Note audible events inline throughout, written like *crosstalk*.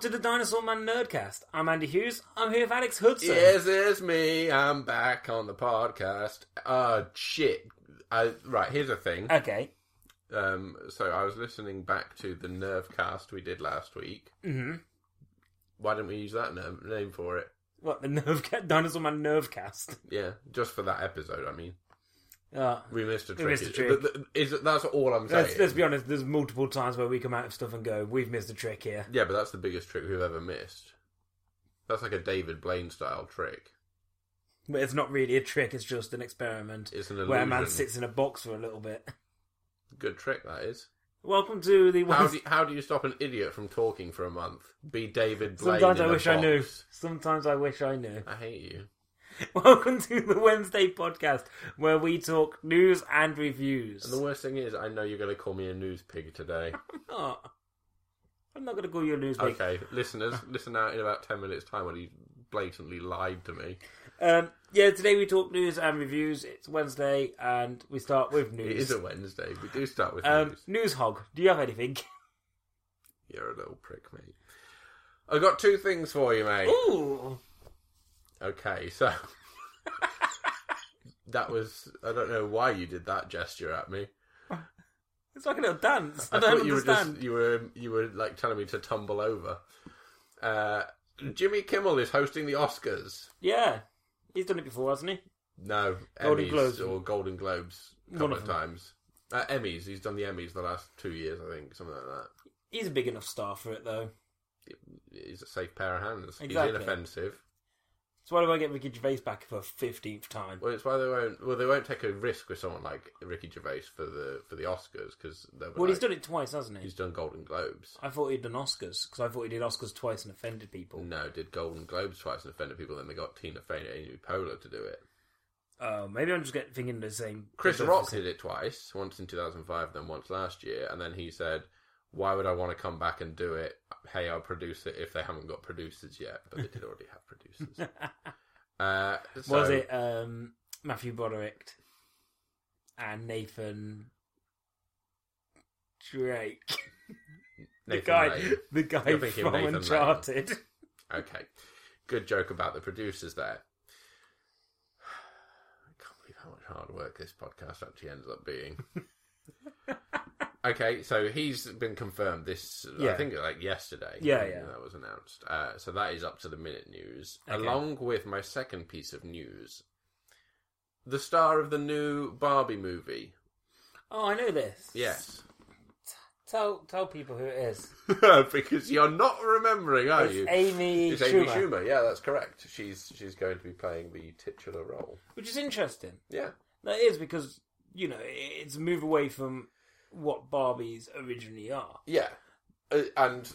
to the Dinosaur Man Nerdcast. I'm Andy Hughes. I'm here with Alex Hudson. Yes, it's me. I'm back on the podcast. Uh, shit. I, right, here's a thing. Okay. Um, so I was listening back to the Nervecast we did last week. Mm-hmm. Why didn't we use that nerve, name for it? What the Nervecast? Dinosaur Man *laughs* Nervecast. Yeah, just for that episode. I mean, Uh, we missed a We trick. missed a Th- trick. th- is it- that's all I'm saying. let's, let's be honest. There's multiple times where we come out of stuff and go, "We've missed a trick here." Yeah, but that's the biggest trick we've ever missed. That's like a David Blaine style trick. But it's not really a trick. It's just an experiment It's an illusion. where a man sits in a box for a little bit. *laughs* Good trick that is. Welcome to the. How do you, how do you stop an idiot from talking for a month? Be David Blaine. Sometimes in I a wish I knew. box. Sometimes I wish I knew. *laughs* I hate you. Welcome to the Wednesday podcast, where we talk news and reviews. And the worst thing is, I know you're going to call me a news pig today. Oh. I'm not going to call you a news *laughs* pig. okay, listeners, listen out in about ten minutes' time when he blatantly lied to me. Um, yeah, today we talk news and reviews. It's Wednesday, and we start with It news. is a Wednesday. We do start with um, news. news hog. Do you have *laughs* anything? You're a little prick, mate. I got two things for you, mate. Ooh, Okay, so *laughs* that was I don't know why you did that gesture at me. it's like a little dance. I, I don't thought you understand. were just you were you were like telling me to tumble over. Uh, Jimmy Kimmel is hosting the Oscars. Yeah, he's done it before, hasn't he? No, Golden Emmys Globes. or Golden Globes One a couple of of them. times. Uh, Emmys. He's done the Emmys the last two years, I think, something like that. He's a big enough star for it, though. He's a safe pair of hands. Exactly. He's inoffensive. So why do I get Ricky Gervais back for a fifteenth time? Well, it's why they won't. Well, they won't take a risk with someone like Ricky Gervais for the for the Oscars because Well, he's done it twice, hasn't he? he's done Golden Globes. I thought he'd done Oscars because I thought he did Oscars twice and offended people. No, did Golden Globes twice and offended people. Then they got Tina Fey and Amy Poehler to do it. Oh, maybe I'm just get, thinking the same. Chris the Rock same- did it twice, once in 2005, then once last year, and then he said, "Why would I want to come back and do it? Hey, I'll produce it if they haven't got producers yet." But they did already *laughs* have producers. uh, so, Was it um, Matthew Broderick and Nathan Drake? *laughs* the Nathan guy, Lane? the guy You're thinking from Nathan Lane. Uncharted. Okay, good joke about the producers there. *sighs* I can't believe how much hard work this podcast actually ends up *laughs* being. okay, so he's been confirmed this. I Yeah. think like yesterday. Yeah, when yeah. That was announced. Uh, so that is up to the minute news, Okay. along with my second piece of news. The star of the new Barbie movie. Oh, I know this. *laughs* Yes. Tell tell people who it is. because you're not remembering, are It's Oh, you? Amy It's Schumer, Amy Schumer. Yeah, that's correct. She's she's going to be playing the titular role. which is interesting. Yeah. That is because you know i- it's a move away from what Barbies originally are. Yeah, Uh, and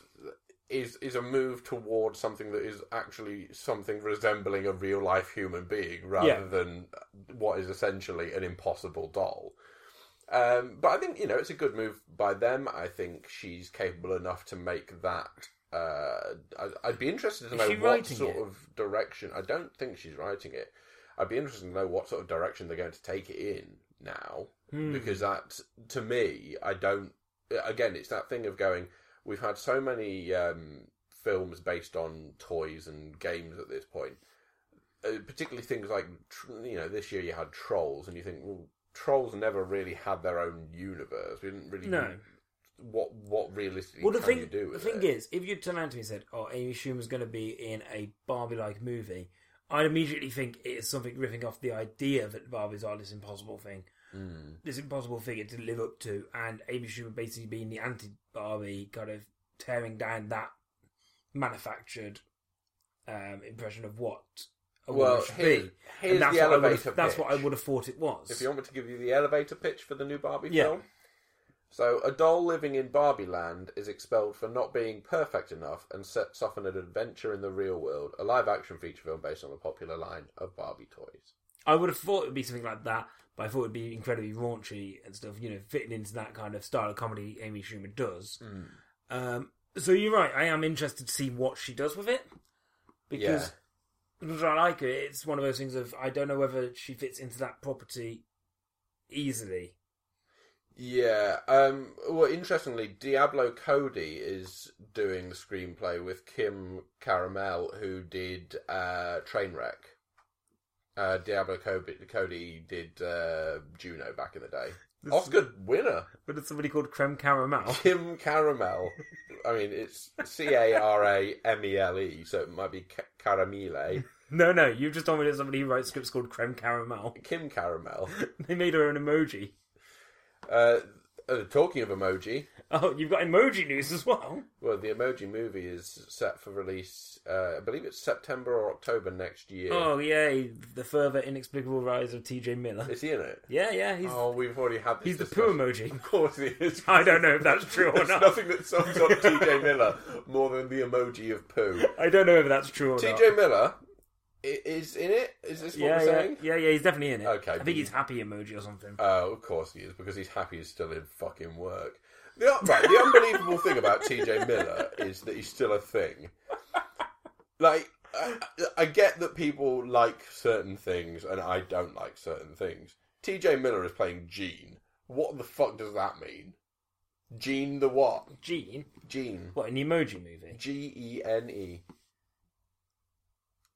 is is a move toward something that is actually something resembling a real life human being rather Yeah. than what is essentially an impossible doll. Um, but I think you know it's a good move by them. I think she's capable enough to make that. Uh, I- I'd be interested to Is know she what writing sort it? of direction. I don't think she's writing it. I'd be interested to know what sort of direction they're going to take it in now Hmm. because that to me i don't again it's that thing of going we've had so many um, films based on toys and games at this point uh, particularly things like tr- you know this year you had trolls and you think well trolls never really had their own universe we didn't really No. what what realistically Well, the can thing, you do the with thing it? is, if you turn around to me and said, "Oh, Amy Schumer's going to be in a Barbie-like movie," I'd immediately think it is something riffing off the idea that Barbies are this impossible thing, Mm. this impossible figure to live up to, and Amy Schumer basically being the anti-Barbie, kind of tearing down that manufactured um, impression of what a well woman should here- be. here's and that's the what I elevator would have, that's what I pitch. would have thought it was. If you want me to give you the elevator pitch for the new Barbie Yeah. film. So, a doll living in Barbie land is expelled for not being perfect enough and sets off on an adventure in the real world, a live action feature film based on a popular line of Barbie toys. I would have thought it would be something like that, but I thought it would be incredibly raunchy and stuff, you know, fitting into that kind of style of comedy Amy Schumer does. Um, so you're right, I am interested to see what she does with it. Because because I like it, it's one of those things of I don't know whether she fits into that property easily. Yeah. Um, well, interestingly, Diablo Cody is doing the screenplay with Kim Caramel, who did uh, Trainwreck. Uh, Diablo Cody, Cody did uh, Juno back in the day. This- Oscar winner, But it's somebody called Creme Caramel. *laughs* Kim Caramel. I mean, it's C A R A M E L E, so it might be ca- Caramele. no, no, you've just told me there's somebody who writes scripts called Creme Caramel. *laughs* Kim Caramel. They made her an emoji. Uh, uh, talking of emoji, Oh, you've got emoji news as well. Well, the Emoji Movie is set for release. Uh, I believe it's September or October next year. Oh, yay. The further inexplicable rise of TJ Miller. Is he in it? Yeah, yeah, he's, oh, we've already had this. he's the poo discussion. emoji. *laughs* Of course he is. I don't know if that's true or There's not. nothing that sums up T.J. Miller more than the emoji *laughs* of poo. I don't know if that's true or not. T.J. Miller i- is in it. Is this what yeah, we're yeah, saying? yeah, yeah, he's definitely in it. Okay, I but think he's happy emoji or something. Oh, of course he is because he's happy he's still in fucking work. The, right, the unbelievable thing about T.J. Miller is that he's still a thing. Like, I, I get that people like certain things, and I don't like certain things. T.J. Miller is playing Gene. What the fuck does that mean? Gene the what? Gene? Gene. What, an emoji *laughs* movie? G E N E.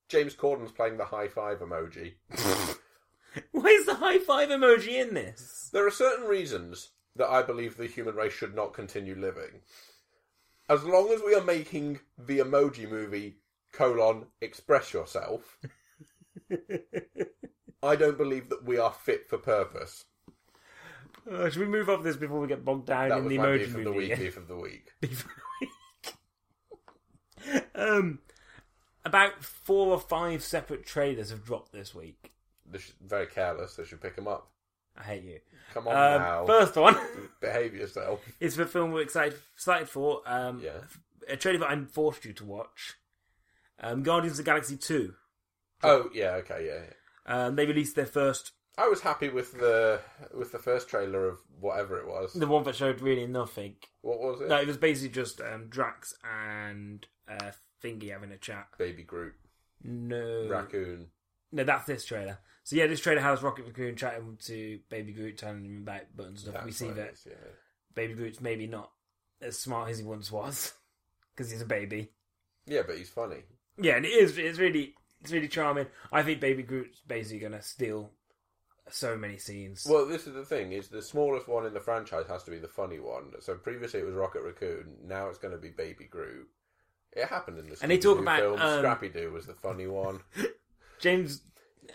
James Corden's playing the high five emoji. Why is the high five emoji in this? There are certain reasons that I believe the human race should not continue living. As long as we are making the emoji movie, colon, *laughs* express yourself, I don't believe that we are fit for purpose. Uh, should we move off this before we get bogged down That in was the my emoji beef of movie? the week, *laughs* again? beef of the week. *laughs* um, about four or five separate trailers have dropped this week. They're sh- very careless, they should pick them up. I hate you. Come on now, Um, first one *laughs* behave yourself. is the film we're excited, excited for. Um, Yeah. A trailer that I'm forced you to watch. Um, Guardians of the Galaxy 2. Oh, yeah, okay, yeah, yeah. Um, they released their first, I was happy with the with the first trailer of whatever it was. the one that showed really nothing. What was it? No, it was basically just um, Drax and uh, Thingy having a chat. Baby Groot, No. raccoon. No, that's this trailer. So yeah, this trailer has Rocket Raccoon chatting to Baby Groot, telling him about buttons and stuff. That's we see what it that is, yeah. Baby Groot's maybe not as smart as he once was *laughs* because he's a baby. Yeah, but he's funny. Yeah, and it is. It's really, it's really charming. I think Baby Groot's basically gonna steal so many scenes. Well, this is the thing: is the smallest one in the franchise has to be the funny one. So previously it was Rocket Raccoon. Now it's going to be Baby Groot. It happened in the And they talk Scooby-Doo about, film. um, Scrappy Doo was the funny one. *laughs* James,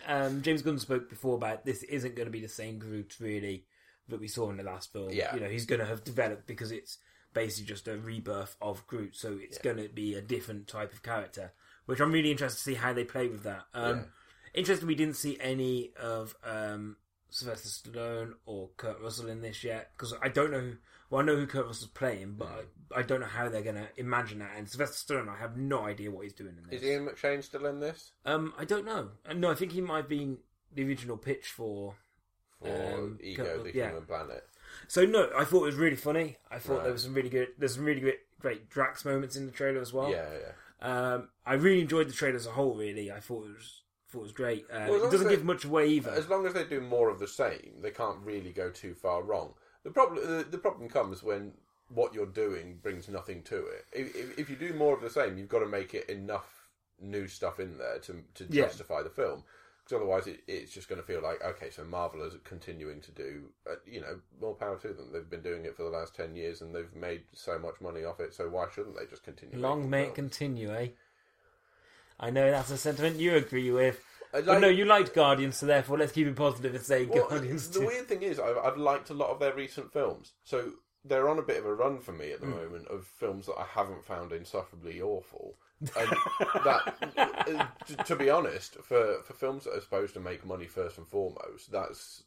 um, James Gunn spoke before about this isn't going to be the same Groot really that we saw in the last film. Yeah. you know, he's going to have developed because it's basically just a rebirth of Groot, so it's going to be a different type of character. Which I'm really interested to see how they play with that. Um, Yeah. Interesting, we didn't see any of um, Sylvester Stallone or Kurt Russell in this yet because I don't know. Who, well, I know who Kurt Russell's playing, but Mm. I, I don't know how they're going to imagine that. And Sylvester Stallone, I have no idea what he's doing in this. Is Ian McShane still in this? Um, I don't know. Uh, No, I think he might have been the original pitch for. Or Um, Ego, the yeah. Human Planet? So no, I thought it was really funny. I thought Right. there was some really good. There's some really good, great Drax moments in the trailer as well. Yeah, yeah. Um, I really enjoyed the trailer as a whole. Really, I thought it was thought it was great. Uh, Well, as long it doesn't as they- give much away either. As long as they do more of the same, they can't really go too far wrong. The problem, the, the problem comes when what you're doing brings nothing to it. If, if, if you do more of the same, you've got to make it enough new stuff in there to to Yeah. justify the film. Because otherwise, it, it's just going to feel like okay, so Marvel is continuing to do, uh, you know, more power to them. They've been doing it for the last ten years, and they've made so much money off it. So why shouldn't they just continue? Long making may it films? continue, eh? I know that's a sentiment you agree with. I but like- no, you liked Guardians, so therefore let's keep it positive and say Well, Guardians the too. weird thing is, I've, I've liked a lot of their recent films, so they're on a bit of a run for me at the moment of films that I haven't found insufferably awful. And that, uh, t- to be honest, for, for films that are supposed to make money first and foremost, that's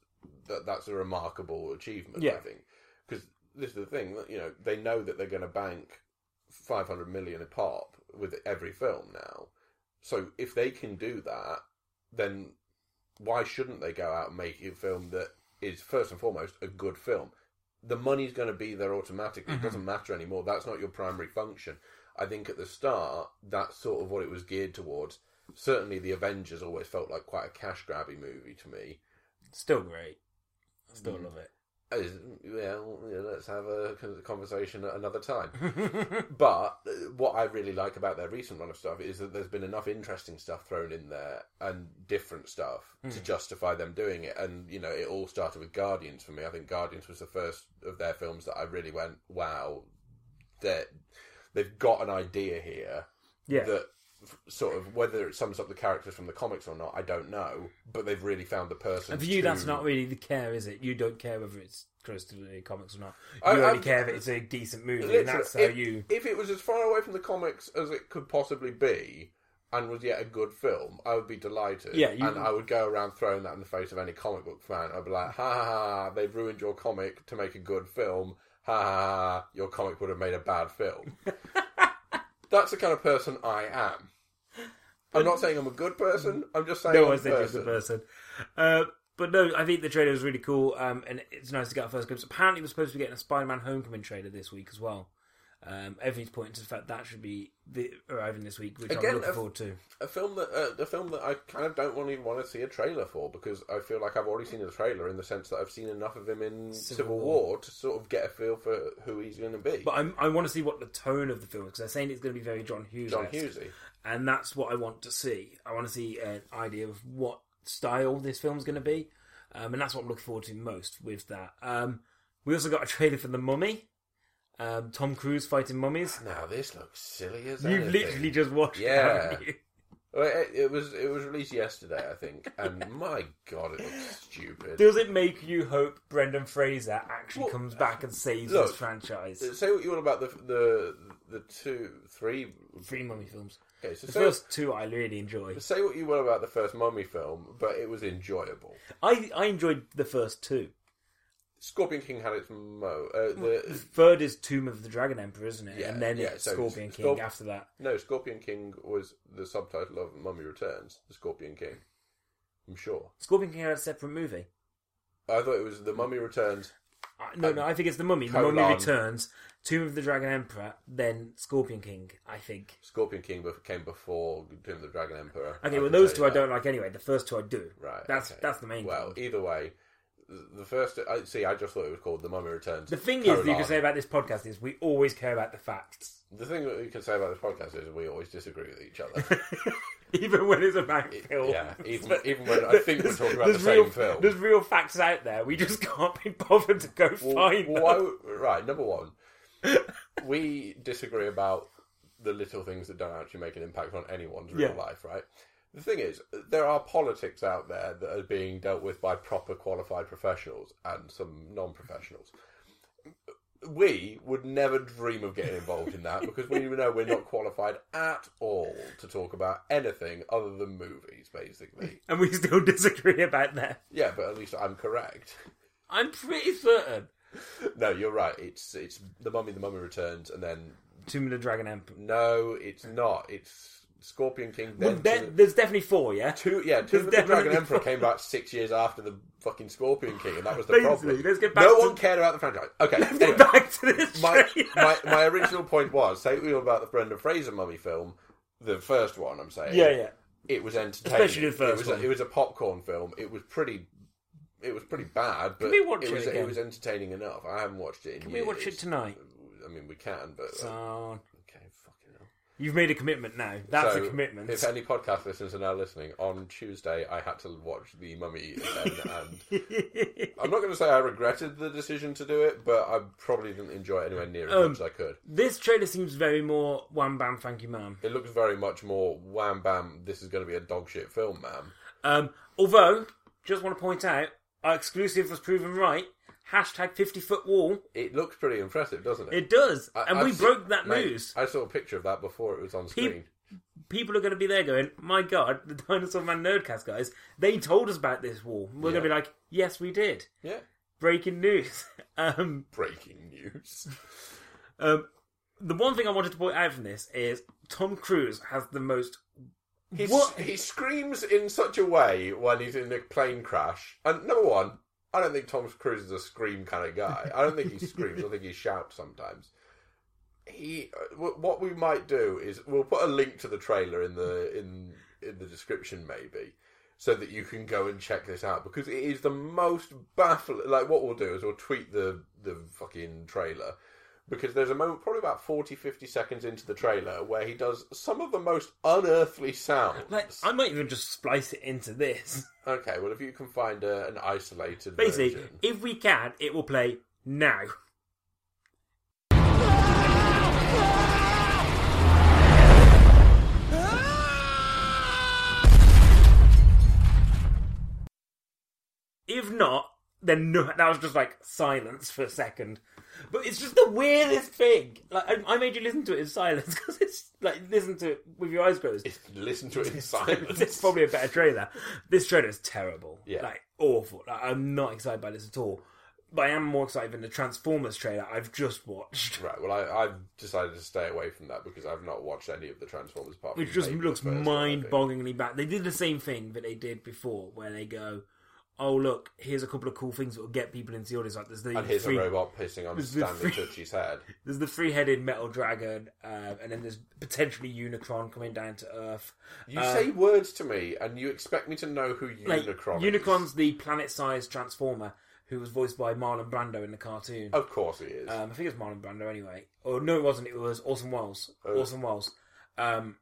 that, that's a remarkable achievement. I Yeah. think because this is the thing that you know they know that they're going to bank five hundred million a pop with every film now. So if they can do that, then why shouldn't they go out and make a film that is first and foremost a good film? The money's going to be there automatically. It doesn't matter anymore. That's not your primary function. I think at the start, that's sort of what it was geared towards. Certainly, The Avengers always felt like quite a cash grabby movie to me. Still great. Still love it. Uh, well, you know, let's have a con- conversation at another time. *laughs* but uh, what I really like about their recent run of stuff is that there's been enough interesting stuff thrown in there and different stuff to Hmm. justify them doing it. And you know, it all started with Guardians for me. I think Guardians was the first of their films that I really went, "Wow, that they've got an idea here." yeah. that f- sort of whether it sums up the characters from the comics or not, I don't know. But they've really found the person. And for you, to- that's not really the care, is it? You don't care whether it's close to the comics or not. You I- only I'm- care that it's a decent movie, and Literally, that's how if, you. if it was as far away from the comics as it could possibly be, and was yet a good film, I would be delighted. Yeah, you- and I would go around throwing that in the face of any comic book fan. I'd be like, "Ha ha ha! They've ruined your comic to make a good film. Ha ha ha! ha, Your comic would have made a bad *laughs* film." that's the kind of person I am. I'm not saying I'm a good person. I'm just saying No, I'm I a think it's a person. person. Uh, but no, I think the trailer was really cool, um, and it's nice to get our first glimpse. Apparently, we're supposed to be getting a Spider-Man Homecoming trailer this week as well. Um, everything's pointing to the fact that should be the, arriving this week, which Again, I'm looking a- forward to. a film that uh, a film that I kind of don't want to want to see a trailer for because I feel like I've already seen a trailer in the sense that I've seen enough of him in Civil, Civil War. to sort of get a feel for who he's going to be. But I'm, I want to see what the tone of the film is because they're saying it's going to be very John Hughes. John Hughesy. and that's what I want to see. I want to see an idea of what style this film's going to be, um, and that's what I'm looking forward to most with that. Um, we also got a trailer for The Mummy, um, Tom Cruise fighting mummies. Now this looks silly as You've anything. literally just watched Yeah. it, haven't you? Well, It, it was it was released yesterday, I think, *laughs* and my god, it looks stupid. Does it make you hope Brendan Fraser actually Well, comes back and saves look, this franchise? Say what you want about the the the two three. Three mummy films. Okay, so The say, first two I really enjoy. say what you want about the first Mummy film, but it was enjoyable. I, I enjoyed the first two. Scorpion King had its mo. Uh, The the, third is Tomb of the Dragon Emperor, isn't it? Yeah, and then yeah, it's so Scorpion King Scorp- after that. No, Scorpion King was the subtitle of Mummy Returns, The Scorpion King. I'm sure. Scorpion King had a separate movie. I thought it was The Mummy Returns. Uh, no, no, I think it's the Mummy. The colon. Mummy returns, Tomb of the Dragon Emperor, then Scorpion King. I think. Scorpion King bef- came before Tomb of the Dragon Emperor. Okay, I well, can tell those you two I that. don't like anyway. The first two I do. Right. That's okay. that's the main. Well, thing. either way, th- the first. I See, I just thought it was called The Mummy Returns. The thing is that you colon. can say about this podcast is we always care about the facts, *laughs* The thing that you can say about this podcast is we always disagree with each other. *laughs* even when it's about film. *laughs* yeah, even, even when I think we're talking about the same real, film. There's real facts out there. We just can't be bothered to go find Well, them. why, would- right, number one, we disagree about the little things that don't actually make an impact on anyone's real Yeah. life, right? The thing is, there are politics out there that are being dealt with by proper qualified professionals and some non professionals. We would never dream of getting involved in that because we know we're not qualified at all to talk about anything other than movies, basically. And we still disagree about that. Yeah, but at least I'm correct. *laughs* I'm pretty certain. No, you're right. It's it's the Mummy, the Mummy Returns, and then Tomb of the Dragon Emperor. No, it's not. It's Scorpion King. Well, Then there- there's definitely four, yeah. two, yeah, two there's of the Dragon definitely *laughs* Emperor four. came about six years after the fucking Scorpion King, and that was the Basically, problem. let's get back no to- one cared about the franchise. Okay, Get *laughs* anyway, back to this. my, trailer. my my original point was say what you will about the Brendan Fraser mummy film, the first one. I'm saying, yeah, yeah. it was entertaining. Especially the first it was a, one. it was a popcorn film. It was pretty. It was pretty bad, but we watch it it was again? was entertaining enough. I haven't watched it. In Can we watch it tonight? I mean, we can, but So okay, fucking hell. you've made a commitment now. That's So, a commitment. If any podcast listeners are now listening, on Tuesday I had to watch The Mummy again, and *laughs* I'm not going to say I regretted the decision to do it, but I probably didn't enjoy it anywhere near Um, as much as I could. this trailer seems very more wham bam thank you ma'am. It looks very much more wham bam. This is going to be a dog shit film, man. Um, although, just want to point out, our exclusive was proven right. Hashtag fifty foot wall. It looks pretty impressive, doesn't it? It does, I- and I've we seen- broke that mate, news. I saw a picture of that before it was on screen. People are going to be there going, "My God, the *laughs* Dinosaur Man Nerdcast guys! They told us about this wall." We're Yeah. going to be like, "Yes, we did." Yeah, Breaking news. *laughs* um, breaking news. Um, the one thing I wanted to point out from this is Tom Cruise has the most. He, What? he screams in such a way when he's in a plane crash. And number one, I don't think Tom Cruise is a scream kind of guy. I don't think he screams. I think he shouts sometimes. He, uh, wh- what we might do is we'll put a link to the trailer in the in in the description maybe, so that you can go and check this out because it is the most baffling. Like what we'll do is we'll tweet the the fucking trailer because there's a moment probably about 40 50 seconds into the trailer where he does some of the most unearthly sounds Like, I might even just splice it into this. okay well if you can find a, an isolated *laughs* Basically, version if we can, it will play now. If not, then no, that was just like silence for a second. But it's just the weirdest thing. Like I, I made you listen to it in silence *laughs* because it's like listen to it with your eyes closed. listen *laughs* to it in silence It's probably a better trailer. This trailer is terrible. Yeah. Like, awful. Like, I'm not excited by this at all. But I am more excited than the Transformers trailer I've just watched. Right. Well, I, I've decided to stay away from that because I've not watched any of the Transformers *laughs* part. Which just looks mind bogglingly bad. They did the same thing that they did before, where they go, oh, look, here's a couple of cool things that will get people into the audience. Like, there's the, And here's three- a robot pissing on There's the Stanley three- Tucci's head. there's the three headed metal dragon, uh, and then there's potentially Unicron coming down to Earth. You say words to me, and you expect me to know who Um, Like, Unicron is. Unicron's the planet sized Transformer who was voiced by Marlon Brando in the cartoon. Of course he is. Um, I think it was Marlon Brando anyway. Or no, it wasn't. It was Orson Welles. Oh. Orson Welles. Um,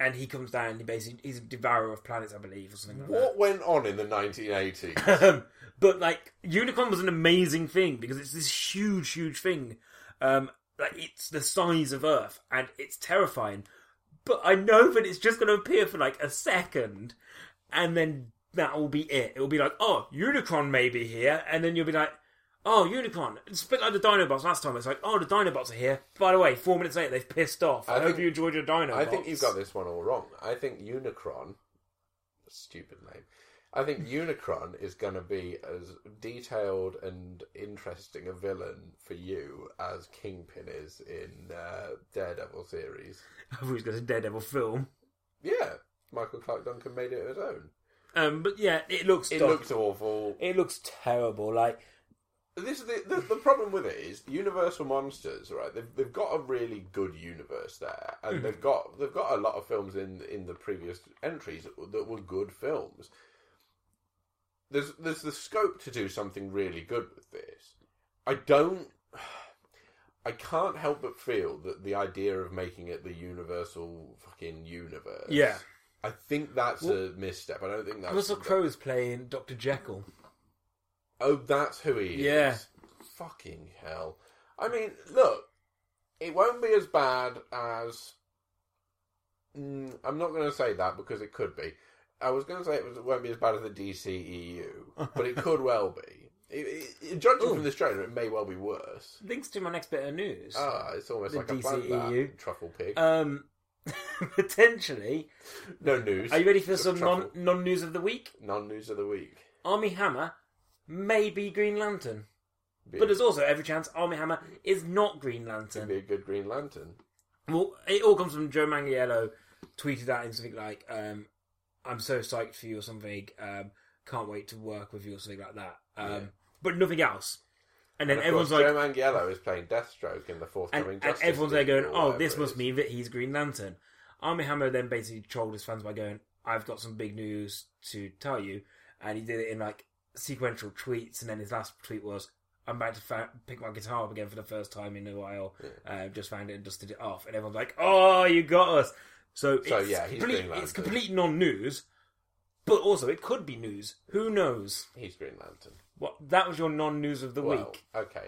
and he comes down. He basically he's a devourer of planets, I believe, or something like what went on in *laughs* the 1980s? that. Um, *coughs* but like Unicron was an amazing thing because it's this huge, huge thing. Um, like it's the size of Earth, and it's terrifying. But I know that it's just going to appear for like a second, and then that will be it. It will be like, oh, Unicron may be here, and then you'll be like, oh, Unicron. It's a bit like the Dinobots last time. It's like, oh, the Dinobots are here. By the way, four minutes later, they've pissed off. I, I hope think- you enjoyed your Dinobots. I think you've got this one all wrong. I think Unicron, stupid name. *laughs* I think Unicron is going to be as detailed and interesting a villain for you as Kingpin is in uh, Daredevil series. *laughs* I thought he was going to say Daredevil film. Yeah, Michael Clark Duncan made it his own. Um, but yeah, it looks It dog- looks awful. it looks terrible. Like This is the, the the problem with it is Universal Monsters, right? They've they've got a really good universe there, and they've got they've got a lot of films in in the previous entries that, were- that were good films. There's there's the scope to do something really good with this. I don't. *sighs* I can't help but feel that the idea of making it the universal fucking universe. Yeah. I think that's a misstep. I don't think that's Russell that- Crowe's playing Doctor Jekyll. Oh, that's who he is. Yeah. Fucking hell. I mean, look, it won't be as bad as. Mm, I'm not going to say that because it could be. I was going to say it, was, it won't be as bad as the DCEU, *laughs* but it could well be. It, it, judging Ooh. from this trailer, it may well be worse. Links to my next bit of news. Ah, it's almost The E like I planned that. DCEU. Truffle pig. Um, *laughs* potentially, no news. are you ready for Just some non truffle. non news of the week? Non-news of the week. Army Hammer may be Green Lantern, Be, but there's also every chance Army Hammer is not Green it'd Lantern. be a good Green Lantern. Well, it all comes from Joe Manganiello tweeted out in something like, um, "I'm so psyched for you" or something. Um, Can't wait to work with you or something like that. Um, Yeah. But nothing else. And then And of everyone's course, like, Joe Mangiello is playing Deathstroke in the and, forthcoming and Justice everyone's there League going, or "Oh, whatever this it must is." mean that he's Green Lantern." Army Hammer then basically trolled his fans by going, "I've got some big news to tell you," and he did it in like sequential tweets, and then his last tweet was, "I'm about to fa- pick my guitar up again for the first time in a while. Uh, just found it and dusted it off," and everyone's like, "Oh, you got us!" So, So, it's yeah, he's complete, Green it's Lantern. complete non-news, but also it could be news. Who knows? He's Green Lantern. What that was your non-news of the Well, week. okay.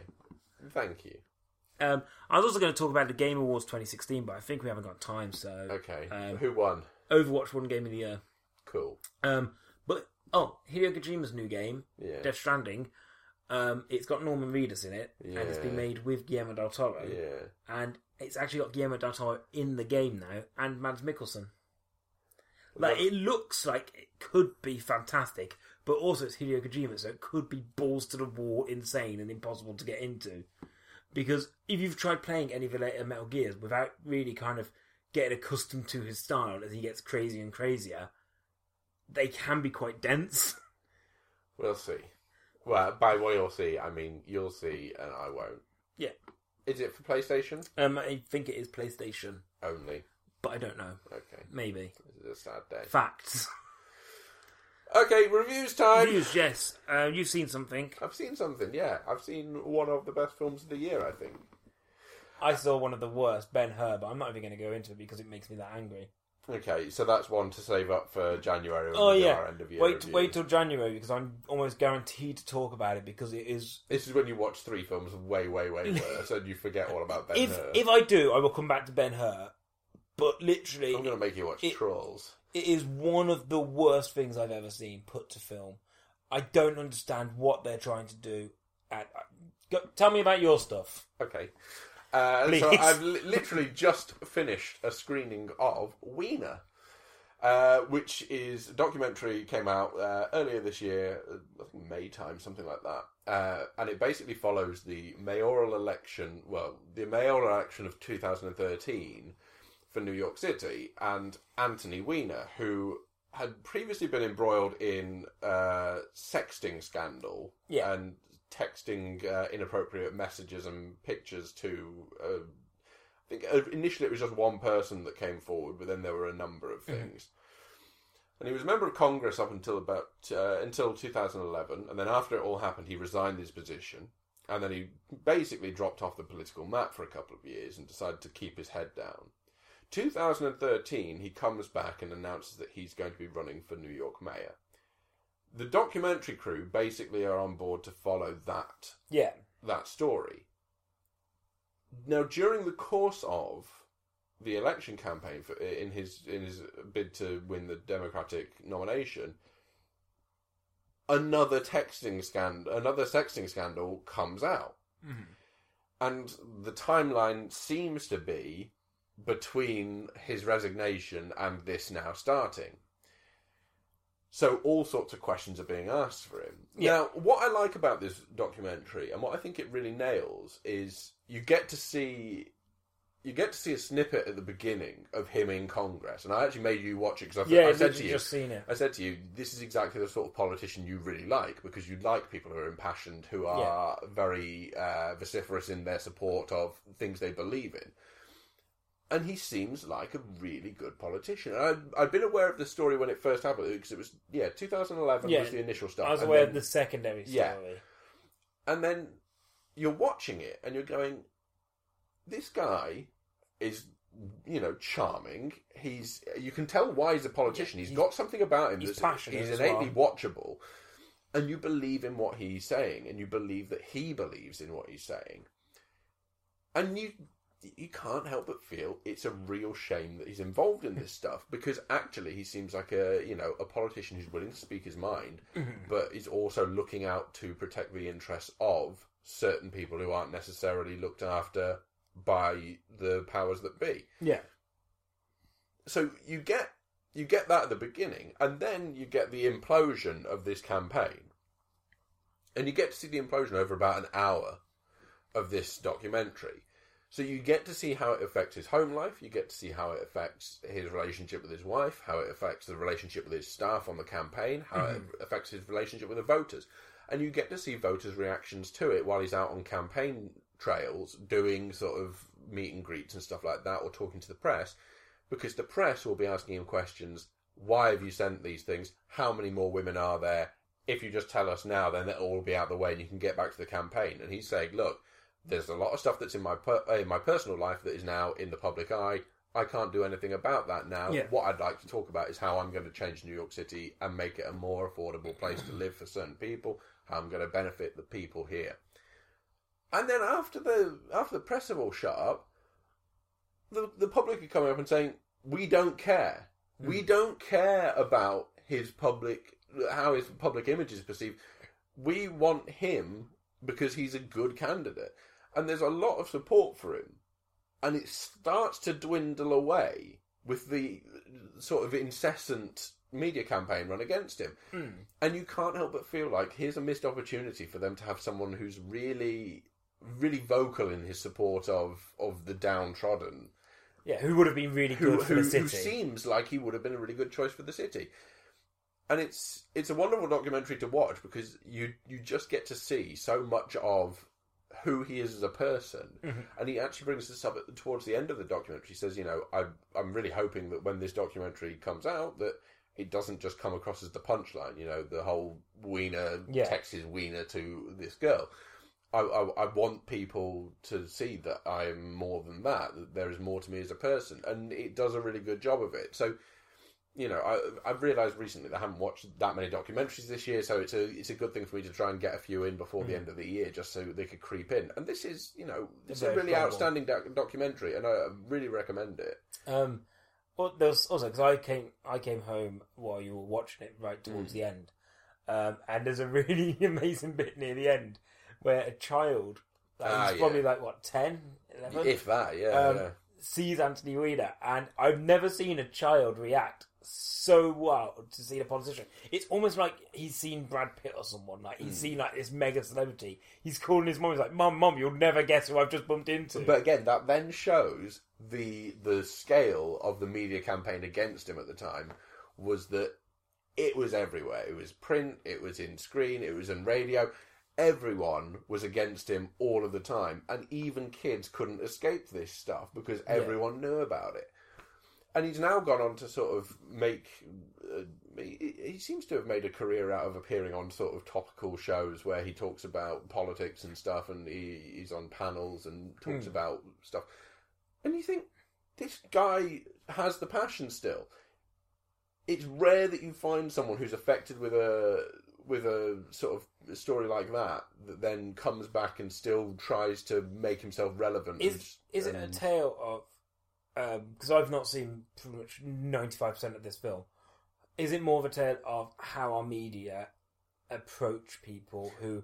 Thank you. Um, I was also going to talk about the Game Awards 2016, but I think we haven't got time. So Okay. Um, Who won? Overwatch won Game of the Year. Cool. Um, but oh, Hideo Kojima's new game, Yeah. Death Stranding. Um, it's got Norman Reedus in it, and it's been Yeah. made with Guillermo del Toro, yeah. and it's actually got Guillermo del Toro in the game now, and Mads Mikkelsen. Like Well, it looks like it could be fantastic, but also it's Hideo Kojima, so it could be balls to the wall, insane and impossible to get into. Because if you've tried playing any of the later Metal Gears without really kind of getting accustomed to his style as he gets crazier and crazier, they can be quite dense. *laughs* We'll see. Well, by we'll see, I mean you'll see and I won't. Yeah. Is it for PlayStation? Um, I think it is PlayStation, Only. but I don't know. Okay. Maybe *laughs* This is a sad day. facts. Okay, reviews time. Reviews, yes. Uh, you've seen something. I've seen something. Yeah, I've seen one of the best films of the year. I think. I saw one of the worst, Ben Hur, but I'm not even going to go into it because it makes me that angry. Okay, so that's one to save up for January. when Oh we do yeah, our end of year wait, review. wait till January because I'm almost guaranteed to talk about it because it is. This is when you watch three films way, way, way worse, and you forget all about Ben if Hur. if I do, I will come back to Ben Hur. But literally, I'm going to make you watch it- Trolls. it is one of the worst things I've ever seen put to film. I don't understand what they're trying to do. And I, go, tell me about your stuff. Okay. Uh, Please. so I've li- literally just finished a screening of Wiener, uh, which is a documentary came out uh, earlier this year, uh, I think May time, something like that. Uh, and it basically follows the mayoral election, well, the mayoral election of 2013 for New York City, and Anthony Weiner, who had previously been embroiled in a sexting scandal Yeah. and texting uh, inappropriate messages and pictures to. Uh, I think uh, initially it was just one person that came forward, but then there were a number of things. And he was a member of Congress up until about uh, until 2011, and then after it all happened, he resigned his position, and then he basically dropped off the political map for a couple of years and decided to keep his head down. 2013, he comes back and announces that he's going to be running for New York mayor. The documentary crew basically are on board to follow that Yeah, that story. Now, during the course of the election campaign for, in his in his bid to win the Democratic nomination, another texting scandal, another sexting scandal comes out, Mm-hmm. and the timeline seems to be between his resignation and this now starting. So all sorts of questions are being asked for him. Yeah. Now, what I like about this documentary and what I think it really nails is you get to see you get to see a snippet at the beginning of him in Congress, and I actually made you watch it because I, yeah. I I've said to literally you, just seen it. I said to you, this is exactly the sort of politician you really like because you like people who are impassioned, who are very uh, vociferous in their support of things they believe in. And he seems like a really good politician. And I, I'd been aware of the story when it first happened because it was yeah, 2011 Yeah, was the initial stuff. I was and aware then- of the secondary story. Yeah. and then you're watching it and you're going, this guy is, you know, charming. He's you can tell why he's a politician. Yeah, he's he's- got something about him. he's that's, passionate He's as innately watchable, and you believe in what he's saying, and you believe that he believes in what he's saying, and you. You can't help but feel it's a real shame that he's involved in this stuff because actually he seems like a you know a politician who's willing to speak his mind Mm-hmm. but is also looking out to protect the interests of certain people who aren't necessarily looked after by the powers that be. Yeah, So you get you get that at the beginning, and then you get the implosion of this campaign, and you get to see the implosion over about an hour of this documentary. So you get to see how it affects his home life, you get to see how it affects his relationship with his wife, how it affects the relationship with his staff on the campaign, how it affects his relationship with the voters. And you get to see voters' reactions to it while he's out on campaign trails doing sort of meet and greets and stuff like that or talking to the press because the press will be asking him questions why have you sent these things? How many more women are there? If you just tell us now, then that all will be out of the way and you can get back to the campaign. And he's saying, look, there's a lot of stuff that's in my per- uh, in my personal life that is now in the public eye. I can't do anything about that now. Yeah. What I'd like to talk about is how I'm going to change New York City and make it a more affordable place to live for certain people. How I'm going to benefit the people here. And then after the after the press have all shut up, the the public are coming up and saying we don't care. We don't care about his public how his public image is perceived. We want him because he's a good candidate. And there's a lot of support for him. And it starts to dwindle away with the sort of incessant media campaign run against him. Mm-hmm. And you can't help but feel like here's a missed opportunity for them to have someone who's really, really vocal in his support of, of the downtrodden yeah. Who would have been really who, good for who, the city? who seems like he would have been a really good choice for the city. And it's it's a wonderful documentary to watch because you you just get to see so much of who he is as a person, and he actually brings this up at, towards the end of the documentary. He says, you know, I I'm really hoping that when this documentary comes out, that it doesn't just come across as the punchline. You know, the whole wiener Yeah. texts his wiener to this girl. I, I, I want people to see that I am more than that. That there is more to me as a person, and it does a really good job of it. So, you know, I, I've realised recently that I haven't watched that many documentaries this year, so it's a it's a good thing for me to try and get a few in before the end of the year, just so they could creep in. And this is, you know, this is a very really strong one. outstanding doc- documentary, and I really recommend it. Um, well, there was also because I came, I came home while you were watching it right Mm. towards the end, um, and there's a really *laughs* amazing bit near the end where a child, like, Ah, he's yeah. probably like what 10, 11, If that, yeah, Um, yeah. sees Anthony Weiner, and I've never seen a child react so well to seeing a politician. It's almost like he's seen Brad Pitt or someone. Like Mm. he's seen like this mega celebrity. He's calling his mom. He's like, "Mom, mom, you'll never guess who I've just bumped into." But again, that then shows the the scale of the media campaign against him at the time was that it was everywhere. It was print, it was in screen, it was in radio. Everyone was against him all of the time, and even kids couldn't escape this stuff because everyone knew about it. And he's now gone on to sort of make. Uh, he, he seems to have made a career out of appearing on sort of topical shows where he talks about politics and stuff, and he, he's on panels and talks Hmm. about stuff. And you think this guy has the passion still it's rare that you find someone who's affected with a with a sort of story like that that then comes back and still tries to make himself relevant. and- Is is it a and- tale of? Because I've not seen pretty much ninety five percent of this film. Is it more of a tale of how our media approach people who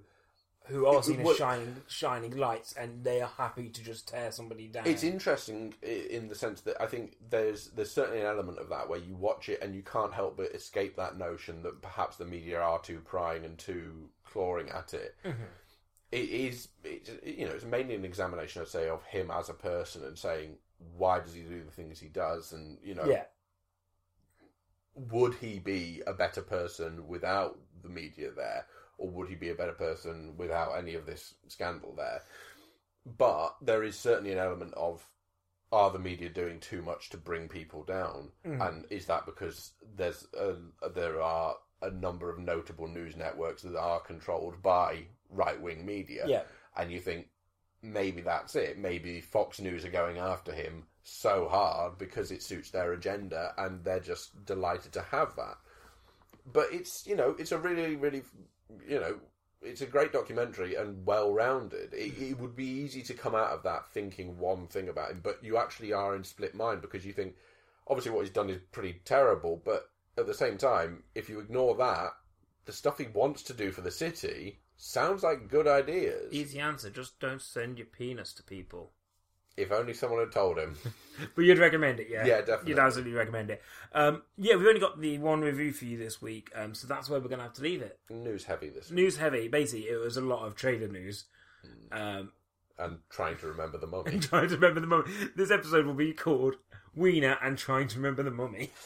who are It- seen well- as shining shining lights and they are happy to just tear somebody down? It's interesting i- in the sense that I think there's there's certainly an element of that where you watch it and you can't help but escape that notion that perhaps the media are too prying and too clawing at it. It is, it's, you know, it's mainly an examination, I'd say, of him as a person and saying why does he do the things he does, and you know, yeah, would he be a better person without the media there, or would he be a better person without any of this scandal there? But there is certainly an element of are the media doing too much to bring people down, and is that because there's a, there are a number of notable news networks that are controlled by right wing media, yeah. and you think maybe that's it. Maybe Fox News are going after him so hard because it suits their agenda, and they're just delighted to have that. But it's you know it's a really really you know it's a great documentary and well rounded. It, it would be easy to come out of that thinking one thing about him, but you actually are in split mind because you think obviously what he's done is pretty terrible, but at the same time, if you ignore that, the stuff he wants to do for the city sounds like good ideas. Easy answer. Just don't send your penis to people. If only someone had told him. *laughs* But you'd recommend it, yeah? Yeah, definitely. You'd absolutely recommend it. Um, yeah, we've only got the one review for you this week, um, so that's where we're going to have to leave it. News heavy this week News heavy. Basically, it was a lot of trailer news. Um, *laughs* and trying to remember the mummy. and trying to remember the mummy. This episode will be called Wiener and trying to remember the mummy. *laughs*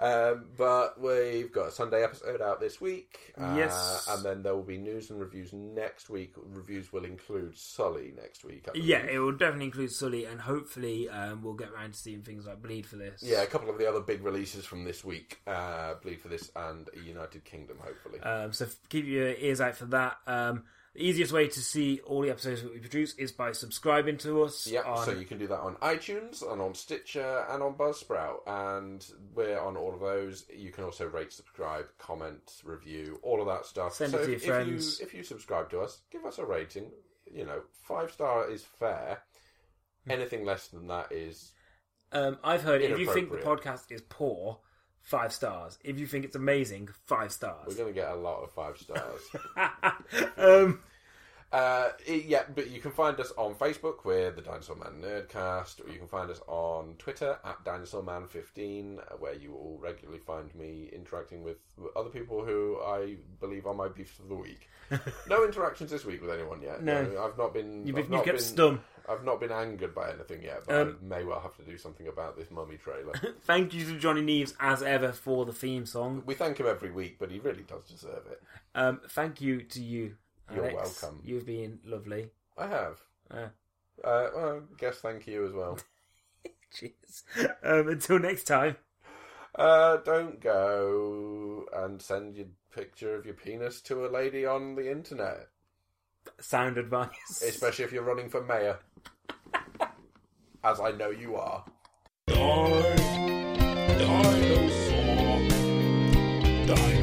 um, but we've got a Sunday episode out this week. Uh, Yes. And then there will be news and reviews next week. Reviews will include Sully next week. I believe. *laughs* Yeah, it will definitely include Sully, and hopefully um, we'll get around to seeing things like Bleed for this. Yeah, a couple of the other big releases from this week. Uh, Bleed for this and United Kingdom, hopefully. Um, so f- keep your ears out for that. Um, the easiest way to see all the episodes that we produce is by subscribing to us. yeah, on- so you can do that on iTunes and on Stitcher and on Buzzsprout. And we're on all of those. You can also rate, subscribe, comment, review, all of that stuff. Send it so to your if, friends. If you, if you subscribe to us, give us a rating. You know, five star is fair. Hmm. Anything less than that is. Um, I've heard if you think the Inappropriate. podcast is poor, five stars. If you think it's amazing, five We're stars. going to get a lot of five stars. *laughs* um, Uh, it- yeah, but you can find us on Facebook, we're the Dinosaur Man Nerdcast, or you can find us on Twitter at Dinosaur Man 15, uh, where you will regularly find me interacting with other people who I believe are my beefs of *laughs* the week. no interactions this week with anyone yet. No. I've not been. you've, I've you've not kept been- stum. Um, I've not been angered by anything yet, but I may well have to do something about this mummy *laughs* trailer. Thank you to Johnny Neves as ever for the theme song. we thank him every week, but he really does deserve it. Um, thank you to you. You're Alex. welcome. You've been lovely. *laughs* I have. Uh. Uh, well, I guess thank you as well. Cheers. Um, until next time. *laughs* uh, don't go and send your picture of your penis to a lady on the internet, Sound *laughs* advice. especially if you're running for mayor, as I know you are. Dinosaur. Dinosaur.